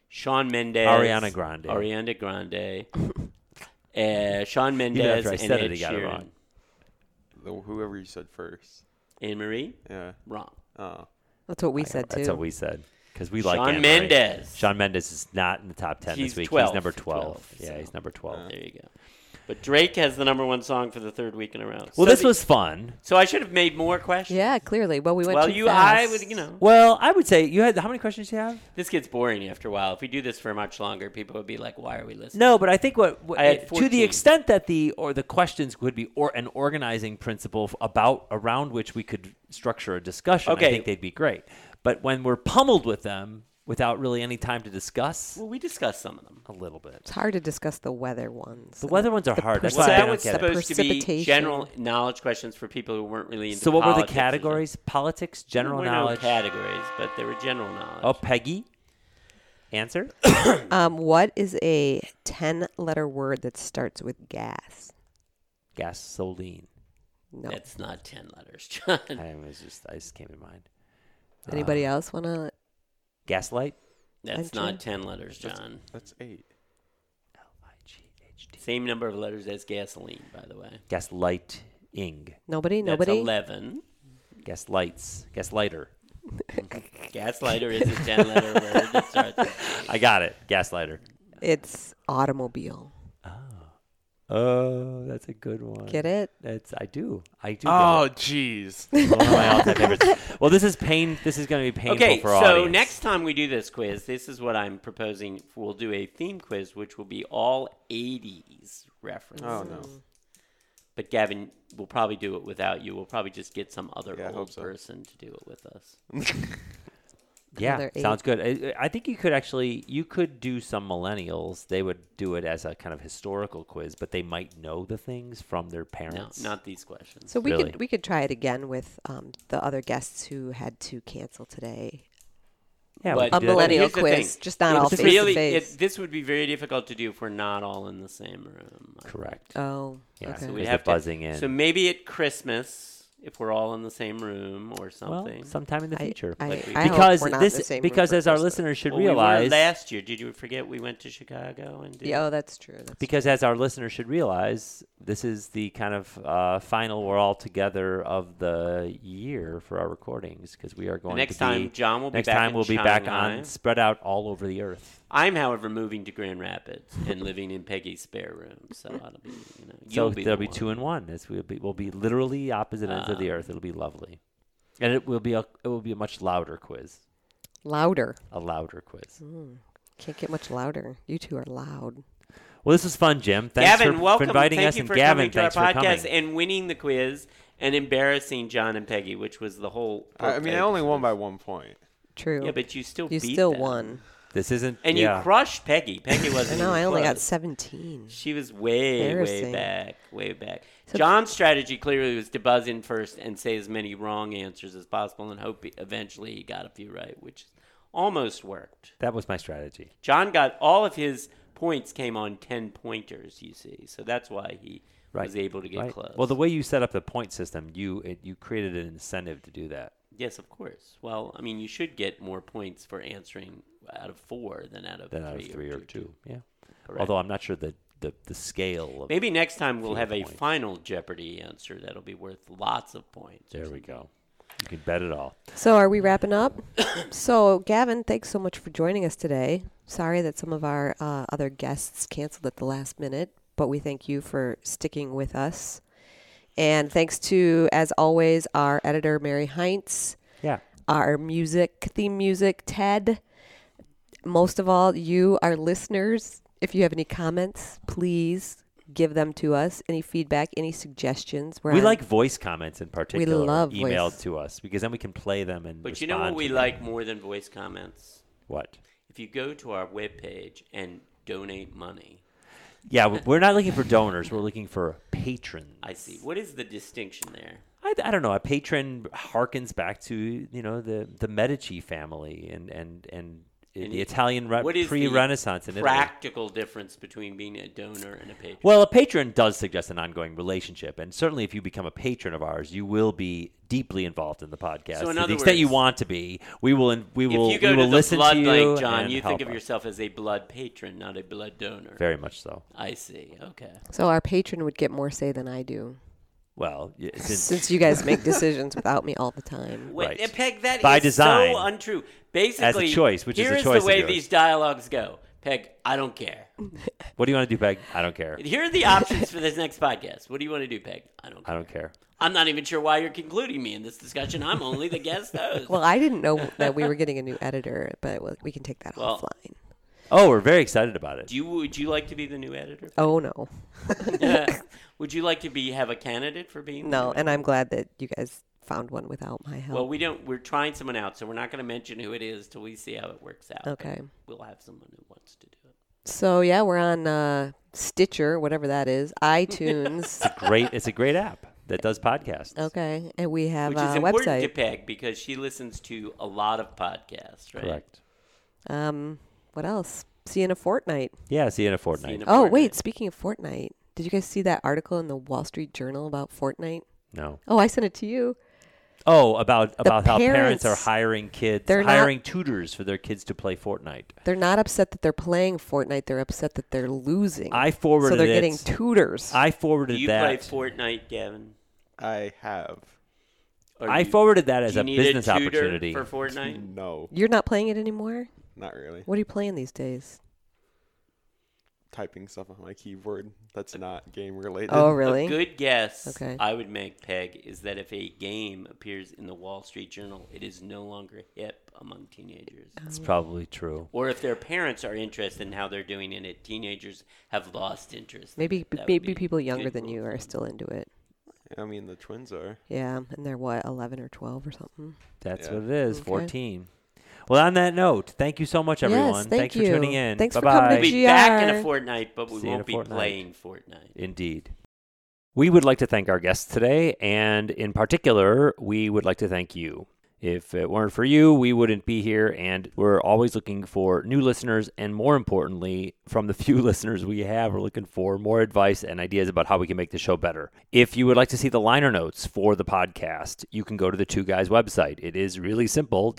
[SPEAKER 1] Sean Mendez,
[SPEAKER 4] Ariana Grande.
[SPEAKER 1] Ariana Grande, uh, Sean Mendez,
[SPEAKER 4] after I
[SPEAKER 1] and
[SPEAKER 4] said it,
[SPEAKER 1] Ed
[SPEAKER 4] he got it
[SPEAKER 1] Sheeran.
[SPEAKER 4] wrong.
[SPEAKER 3] the, whoever you said first.
[SPEAKER 1] Anne Marie,
[SPEAKER 3] Yeah.
[SPEAKER 1] wrong.
[SPEAKER 3] Oh.
[SPEAKER 2] That's what we said too.
[SPEAKER 4] That's what we said because we like
[SPEAKER 1] Shawn
[SPEAKER 4] Anne Marie.
[SPEAKER 1] Mendes.
[SPEAKER 4] Sean Mendes is not in the top ten
[SPEAKER 1] He's
[SPEAKER 4] this week.
[SPEAKER 1] 12,
[SPEAKER 4] he's number 12.
[SPEAKER 1] 12,
[SPEAKER 4] yeah,
[SPEAKER 1] so.
[SPEAKER 4] he's number twelve.
[SPEAKER 1] There you go. But Drake has the number one song for the third week in a row.
[SPEAKER 4] well,
[SPEAKER 1] So
[SPEAKER 4] this
[SPEAKER 1] the-
[SPEAKER 4] was fun.
[SPEAKER 1] So I should have made more questions.
[SPEAKER 2] yeah, clearly. Well, we went.
[SPEAKER 1] Well,
[SPEAKER 2] too
[SPEAKER 1] you, I
[SPEAKER 2] fast.
[SPEAKER 1] would, you know,
[SPEAKER 4] Well, I would say you had how many questions do you have?
[SPEAKER 1] this gets boring after a while. If we do this for much longer, people would be like, "Why are we listening?"
[SPEAKER 4] No, but I think what, what
[SPEAKER 1] I had
[SPEAKER 4] it- to
[SPEAKER 1] 14.
[SPEAKER 4] the extent that the or the questions could be or an organizing principle f- about around which we could structure a discussion. I
[SPEAKER 1] Okay.
[SPEAKER 4] think they'd be great. But when we're pummeled with them without really any time to discuss,
[SPEAKER 1] Well, we discussed some of them.
[SPEAKER 4] a little bit.
[SPEAKER 2] It's hard to discuss the weather ones.
[SPEAKER 4] The weather ones are hard. That's
[SPEAKER 1] Well,
[SPEAKER 4] why I
[SPEAKER 1] that
[SPEAKER 4] don't
[SPEAKER 1] was
[SPEAKER 4] get it.
[SPEAKER 1] supposed to be
[SPEAKER 2] Precipitation.
[SPEAKER 1] general knowledge questions for people who weren't really into
[SPEAKER 4] So what were the
[SPEAKER 1] politics or something.
[SPEAKER 4] categories? Politics,
[SPEAKER 1] There
[SPEAKER 4] general
[SPEAKER 1] were no
[SPEAKER 4] knowledge.
[SPEAKER 1] categories, but they were general knowledge.
[SPEAKER 4] oh, Peggy. Answer.
[SPEAKER 2] Um, what is a ten-letter word that starts with gas?
[SPEAKER 4] Gasoline.
[SPEAKER 2] No.
[SPEAKER 1] That's not ten letters, John.
[SPEAKER 4] I was just I just came to mind.
[SPEAKER 1] uh,
[SPEAKER 4] Uh,
[SPEAKER 2] Anybody else want to?
[SPEAKER 4] Gaslight.
[SPEAKER 1] That's
[SPEAKER 2] Thank you.
[SPEAKER 1] not ten letters, John.
[SPEAKER 3] That's eight.
[SPEAKER 4] L I G H T.
[SPEAKER 1] Same number of letters as gasoline, by the way.
[SPEAKER 4] Gaslight Ing.
[SPEAKER 2] Nobody,
[SPEAKER 1] That's
[SPEAKER 2] nobody.
[SPEAKER 1] eleven.
[SPEAKER 4] Guess lights. Guess lighter.
[SPEAKER 1] Gaslighter is a ten letter word. It starts with-
[SPEAKER 4] I got it. Gaslighter.
[SPEAKER 2] It's automobile.
[SPEAKER 4] Oh, that's a good one.
[SPEAKER 2] Get it?
[SPEAKER 4] That's I do. I do.
[SPEAKER 3] Oh, jeez.
[SPEAKER 4] get it. one of my all-time favorites. Well, this is pain. This is going to be painful
[SPEAKER 1] Okay,
[SPEAKER 4] for
[SPEAKER 1] so
[SPEAKER 4] audience.
[SPEAKER 1] next time we do this quiz, this is what I'm proposing. We'll do a theme quiz, which will be all '80s references.
[SPEAKER 3] Oh no.
[SPEAKER 1] But Gavin, we'll probably do it without you. We'll probably just get some other
[SPEAKER 3] Yeah, I hope
[SPEAKER 1] old
[SPEAKER 3] so.
[SPEAKER 1] person to do it with us.
[SPEAKER 4] yeah,
[SPEAKER 2] Another eight.
[SPEAKER 4] sounds good. I, I think you could actually you could do some millennials. They would do it as a kind of historical quiz, but they might know the things from their
[SPEAKER 1] No,
[SPEAKER 4] parents.
[SPEAKER 1] not these questions.
[SPEAKER 2] So we
[SPEAKER 4] Really?
[SPEAKER 2] could we could try it again with um, the other guests who had to cancel today.
[SPEAKER 4] yeah,
[SPEAKER 1] But-
[SPEAKER 4] we could
[SPEAKER 2] A
[SPEAKER 4] do that.
[SPEAKER 2] millennial
[SPEAKER 1] here's the
[SPEAKER 2] quiz,
[SPEAKER 1] thing.
[SPEAKER 2] just not all
[SPEAKER 1] It's
[SPEAKER 2] face
[SPEAKER 1] really,
[SPEAKER 2] to face.
[SPEAKER 1] it- this would be very difficult to do if we're not all in the same room. I
[SPEAKER 4] Correct.
[SPEAKER 2] Oh,
[SPEAKER 4] Yeah,
[SPEAKER 2] okay.
[SPEAKER 4] so
[SPEAKER 1] we
[SPEAKER 4] Because
[SPEAKER 1] have
[SPEAKER 4] they're
[SPEAKER 1] to-
[SPEAKER 4] buzzing in.
[SPEAKER 1] So maybe at Christmas, if we're all in the same room or
[SPEAKER 4] well,
[SPEAKER 1] something.
[SPEAKER 4] sometime in the
[SPEAKER 2] I-
[SPEAKER 4] future.
[SPEAKER 2] I-
[SPEAKER 1] Like we-
[SPEAKER 2] I hope
[SPEAKER 4] because
[SPEAKER 2] we're not in the
[SPEAKER 4] this
[SPEAKER 2] same room
[SPEAKER 4] because
[SPEAKER 2] for
[SPEAKER 4] as our
[SPEAKER 2] Christmas.
[SPEAKER 4] listeners should
[SPEAKER 1] Well, we
[SPEAKER 4] realize
[SPEAKER 1] were last year. Did you forget we went to Chicago and did?
[SPEAKER 2] Yeah, oh, that's true. That's
[SPEAKER 4] because as our listeners should realize this is the kind of uh, final we're all together of the year for our recordings because we are going
[SPEAKER 1] next
[SPEAKER 4] to be,
[SPEAKER 1] time, John will be
[SPEAKER 4] next
[SPEAKER 1] back
[SPEAKER 4] time
[SPEAKER 1] in
[SPEAKER 4] we'll be back
[SPEAKER 1] Shanghai.
[SPEAKER 4] on spread out all over the earth
[SPEAKER 1] I'm, however, moving to Grand Rapids and living in Peggy's spare room, so I'll be, you know,
[SPEAKER 4] so
[SPEAKER 1] you'll be
[SPEAKER 4] there'll
[SPEAKER 1] the
[SPEAKER 4] be
[SPEAKER 1] one. Ah.
[SPEAKER 4] two and one It's we'll be, we'll be literally opposite ends of the earth it'll be lovely and it will be a it will be a much louder quiz
[SPEAKER 2] louder.
[SPEAKER 4] a louder quiz
[SPEAKER 2] Can't get much louder. You two are loud.
[SPEAKER 4] well this was fun Jim thanks
[SPEAKER 1] Gavin,
[SPEAKER 4] for,
[SPEAKER 1] welcome.
[SPEAKER 4] for inviting
[SPEAKER 1] Thank
[SPEAKER 4] us
[SPEAKER 1] you
[SPEAKER 4] and
[SPEAKER 1] for
[SPEAKER 4] Gavin
[SPEAKER 1] coming to
[SPEAKER 4] thanks
[SPEAKER 1] our
[SPEAKER 4] for
[SPEAKER 1] podcast
[SPEAKER 4] coming
[SPEAKER 1] and winning the quiz and embarrassing John and Peggy, which was the whole.
[SPEAKER 3] I, I mean, I only won by one point.
[SPEAKER 2] True.
[SPEAKER 1] Yeah, but you still
[SPEAKER 2] you
[SPEAKER 1] beat
[SPEAKER 2] still
[SPEAKER 1] them.
[SPEAKER 2] won.
[SPEAKER 4] this isn't
[SPEAKER 1] and
[SPEAKER 4] yeah.
[SPEAKER 1] you crushed Peggy. Peggy wasn't.
[SPEAKER 2] No,
[SPEAKER 1] even
[SPEAKER 2] I only got
[SPEAKER 1] close.
[SPEAKER 2] 17.
[SPEAKER 1] She was way, way
[SPEAKER 2] Embarrassing.
[SPEAKER 1] back, way back. John's strategy clearly was to buzz in first and say as many wrong answers as possible, and hope he- eventually he got a few right, which almost worked.
[SPEAKER 4] that was my strategy
[SPEAKER 1] John got all of his points came on ten pointers. You see, so that's why he was able to get
[SPEAKER 4] right.
[SPEAKER 1] close.
[SPEAKER 4] Well, the way you set up the point system, you it, you created an incentive to do that.
[SPEAKER 1] Yes, of course. Well, I mean, you should get more points for answering out of four than out of
[SPEAKER 4] Then
[SPEAKER 1] three
[SPEAKER 4] out of three or two, yeah.
[SPEAKER 1] Correct.
[SPEAKER 4] Although I'm not sure the the, the scale of
[SPEAKER 1] Maybe next time we'll
[SPEAKER 4] Fewer
[SPEAKER 1] have a
[SPEAKER 4] points.
[SPEAKER 1] final Jeopardy answer that'll be worth lots of points.
[SPEAKER 4] There we go. You can bet it all.
[SPEAKER 2] So are we wrapping up? so Gavin, thanks so much for joining us today. Sorry that some of our uh, other guests canceled at the last minute, but we thank you for sticking with us. And thanks to, as always, our editor Mary Heinz,
[SPEAKER 4] Yeah.
[SPEAKER 2] our music theme music Ted. Most of all, you, our listeners. If you have any comments, please give them to us. Any feedback, any suggestions? We're
[SPEAKER 4] We
[SPEAKER 2] on-
[SPEAKER 4] like voice comments in particular.
[SPEAKER 2] love
[SPEAKER 4] emailed
[SPEAKER 2] voice.
[SPEAKER 4] to us because then we can play them and.
[SPEAKER 1] But you know what
[SPEAKER 4] respond
[SPEAKER 1] we
[SPEAKER 4] to them.
[SPEAKER 1] like more than voice comments?
[SPEAKER 4] What?
[SPEAKER 1] If you go to our webpage and donate money,
[SPEAKER 4] Yeah, we- we're not looking for donors. We're looking for patrons.
[SPEAKER 1] I see. What is the distinction there?
[SPEAKER 4] I, I don't know. A patron harkens back to you know the the Medici family and and and.
[SPEAKER 1] And
[SPEAKER 4] the Italian re-
[SPEAKER 1] What is the
[SPEAKER 4] pre-Renaissance in Italy.
[SPEAKER 1] practical difference between being a donor and a patron?
[SPEAKER 4] Well, a patron does suggest an ongoing relationship, and certainly if you become a patron of ours, you will be deeply involved in the podcast
[SPEAKER 1] So in
[SPEAKER 4] to
[SPEAKER 1] other
[SPEAKER 4] the extent you
[SPEAKER 1] words,
[SPEAKER 4] want to be. We will. in- We will.
[SPEAKER 1] if you go
[SPEAKER 4] we will
[SPEAKER 1] to the
[SPEAKER 4] listen
[SPEAKER 1] blood
[SPEAKER 4] to you,
[SPEAKER 1] bank, John,
[SPEAKER 4] and
[SPEAKER 1] you think
[SPEAKER 4] help
[SPEAKER 1] of
[SPEAKER 4] us.
[SPEAKER 1] yourself as a blood patron, not a blood donor.
[SPEAKER 4] very much so.
[SPEAKER 1] I see. Okay.
[SPEAKER 2] so our patron would get more say than I do.
[SPEAKER 4] Well, y- since,
[SPEAKER 2] since you guys make decisions without me me all the time.
[SPEAKER 1] Wait,
[SPEAKER 4] Right.
[SPEAKER 1] Peg, that
[SPEAKER 4] By
[SPEAKER 1] is
[SPEAKER 4] design.
[SPEAKER 1] so untrue. Basically,
[SPEAKER 4] choice, which is
[SPEAKER 1] here
[SPEAKER 4] a choice
[SPEAKER 1] the
[SPEAKER 4] of
[SPEAKER 1] way
[SPEAKER 4] yours.
[SPEAKER 1] these dialogues go. Peg, I don't care.
[SPEAKER 4] what do you want to do, Peg? I don't care.
[SPEAKER 1] Here are the options for this next podcast. What do you want to do, Peg? I don't
[SPEAKER 4] I
[SPEAKER 1] care.
[SPEAKER 4] don't care.
[SPEAKER 1] I'm not even sure why you're concluding me in this discussion. I'm only the guest host.
[SPEAKER 2] Well, I didn't know that we were getting a new editor, but we- we can take that
[SPEAKER 1] Well-
[SPEAKER 2] offline.
[SPEAKER 4] Oh, we're very excited about it.
[SPEAKER 1] do you, would you like to be the new editor?
[SPEAKER 2] Oh no,
[SPEAKER 1] would you like to be have a candidate for being the new
[SPEAKER 2] no,
[SPEAKER 1] editor?
[SPEAKER 2] and I'm glad that you guys found one without my help.
[SPEAKER 1] Well, we don't. We're trying someone out, so we're not going to mention who it is till we see how it works out. but
[SPEAKER 2] Okay.
[SPEAKER 1] We'll have someone who wants to do it.
[SPEAKER 2] so yeah, we're on uh, Stitcher, whatever that is, iTunes.
[SPEAKER 4] great. It's a great app that does podcasts.
[SPEAKER 2] okay, and we have
[SPEAKER 1] Which
[SPEAKER 2] a
[SPEAKER 1] is important to
[SPEAKER 2] website.
[SPEAKER 1] Peg because she listens to a lot of podcasts, right?
[SPEAKER 4] Correct.
[SPEAKER 2] um, what else? See you in a fortnight.
[SPEAKER 4] Yeah. See you in a
[SPEAKER 1] See you
[SPEAKER 4] fortnight.
[SPEAKER 1] in a
[SPEAKER 2] Oh
[SPEAKER 1] fortnight.
[SPEAKER 2] wait, speaking of Fortnite, did you guys see that article in the Wall Street Journal about Fortnite?
[SPEAKER 4] no.
[SPEAKER 2] Oh, I sent it to you.
[SPEAKER 4] Oh, about about how parents
[SPEAKER 2] parents-
[SPEAKER 4] are hiring kids,
[SPEAKER 2] They're not-
[SPEAKER 4] hiring tutors for their kids to play Fortnite.
[SPEAKER 2] They're not upset that they're playing Fortnite. They're upset that they're losing.
[SPEAKER 4] I
[SPEAKER 2] so
[SPEAKER 4] forwarded
[SPEAKER 2] they're
[SPEAKER 4] it.
[SPEAKER 2] getting tutors.
[SPEAKER 4] I
[SPEAKER 1] Do
[SPEAKER 4] forwarded
[SPEAKER 1] you
[SPEAKER 4] that.
[SPEAKER 1] play Fortnite, Gavin?
[SPEAKER 3] I have.
[SPEAKER 1] Or
[SPEAKER 4] I
[SPEAKER 1] you-
[SPEAKER 4] forwarded that as
[SPEAKER 1] do you
[SPEAKER 4] a
[SPEAKER 1] need
[SPEAKER 4] business
[SPEAKER 1] tutor
[SPEAKER 4] opportunity.
[SPEAKER 1] for Fortnite.
[SPEAKER 3] No,
[SPEAKER 2] You're not playing it anymore?
[SPEAKER 3] not really.
[SPEAKER 2] What are you playing these days?
[SPEAKER 3] Typing stuff on my keyboard that's not game related.
[SPEAKER 2] Oh, really?
[SPEAKER 1] A good guess
[SPEAKER 2] Okay.
[SPEAKER 1] I would make, Peg, is that if a game appears in the Wall Street Journal, it is no longer hip among teenagers.
[SPEAKER 2] Oh.
[SPEAKER 4] It's probably true.
[SPEAKER 1] Or if their parents are interested in how they're doing in it, teenagers have lost interest.
[SPEAKER 2] Maybe
[SPEAKER 1] That would
[SPEAKER 2] maybe
[SPEAKER 1] be
[SPEAKER 2] people younger
[SPEAKER 1] good
[SPEAKER 2] than
[SPEAKER 1] rule
[SPEAKER 2] you
[SPEAKER 1] of
[SPEAKER 2] are
[SPEAKER 1] thumb.
[SPEAKER 2] still into it.
[SPEAKER 3] I mean, the twins are.
[SPEAKER 2] Yeah, and they're what, 11 or 12 or something?
[SPEAKER 4] That's
[SPEAKER 3] Yeah.
[SPEAKER 4] what it is.
[SPEAKER 2] Okay.
[SPEAKER 4] 14. Well, on that note, thank you so much,
[SPEAKER 2] Yes,
[SPEAKER 4] everyone.
[SPEAKER 2] thank
[SPEAKER 4] Thanks for tuning
[SPEAKER 2] you.
[SPEAKER 4] in.
[SPEAKER 2] Thanks for
[SPEAKER 4] Bye-bye.
[SPEAKER 2] coming to
[SPEAKER 1] We'll be back in a
[SPEAKER 2] GR.
[SPEAKER 1] fortnight, but we
[SPEAKER 4] See you in
[SPEAKER 1] won't
[SPEAKER 4] a
[SPEAKER 1] be
[SPEAKER 4] fortnight.
[SPEAKER 1] playing Fortnite.
[SPEAKER 4] Indeed. We would like to thank our guests today, and in particular, we would like to thank you. If it weren't for you, we wouldn't be here, and we're always looking for new listeners, and more importantly, from the few listeners we have, we're looking for more advice and ideas about how we can make the show better. If you would like to see the liner notes for the podcast, you can go to the Two Guys website. It is really simple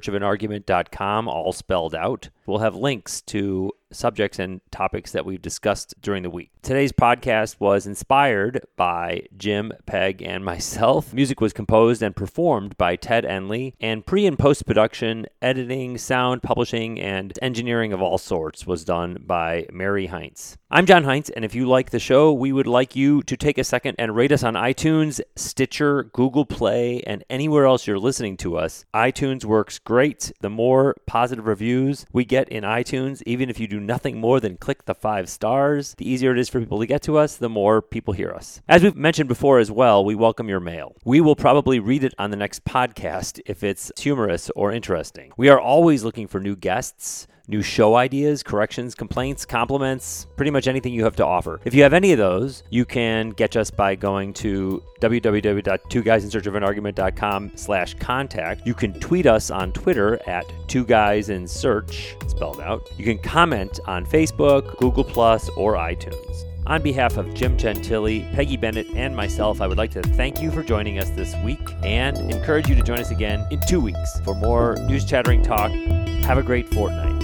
[SPEAKER 4] www.twoguysinsearchofanargument.com, all spelled out. We'll have links to subjects and topics that we've discussed during the week. Today's podcast was inspired by Jim, Peg, and myself. Music was composed and performed by Ted Enley, and pre and post production, editing, sound, publishing, and engineering of all sorts was done by Mary Heinz. I'm John Heinz, and if you like the show, we would like you to take a second and rate us on iTunes, Stitcher, Google Play, and anywhere else you're listening to us. iTunes works great. The more positive reviews we get in iTunes, even if you do nothing more than click the five stars, the easier it is for people to get to us, the more people hear us. As we've mentioned before as well, we welcome your mail. We will probably read it on the next podcast if it's humorous or interesting. We are always looking for new guests new show ideas, corrections, complaints, compliments, pretty much anything you have to offer. If you have any of those, you can get us by going to www.twoguysinsearchofanargument.com slash contact. You can tweet us on Twitter at two guys in search, spelled out. You can comment on Facebook, Google Plus, or iTunes. On behalf of Jim Gentili, Peggy Bennett, and myself, I would like to thank you for joining us this week and encourage you to join us again in two weeks for more news chattering talk. Have a great fortnight.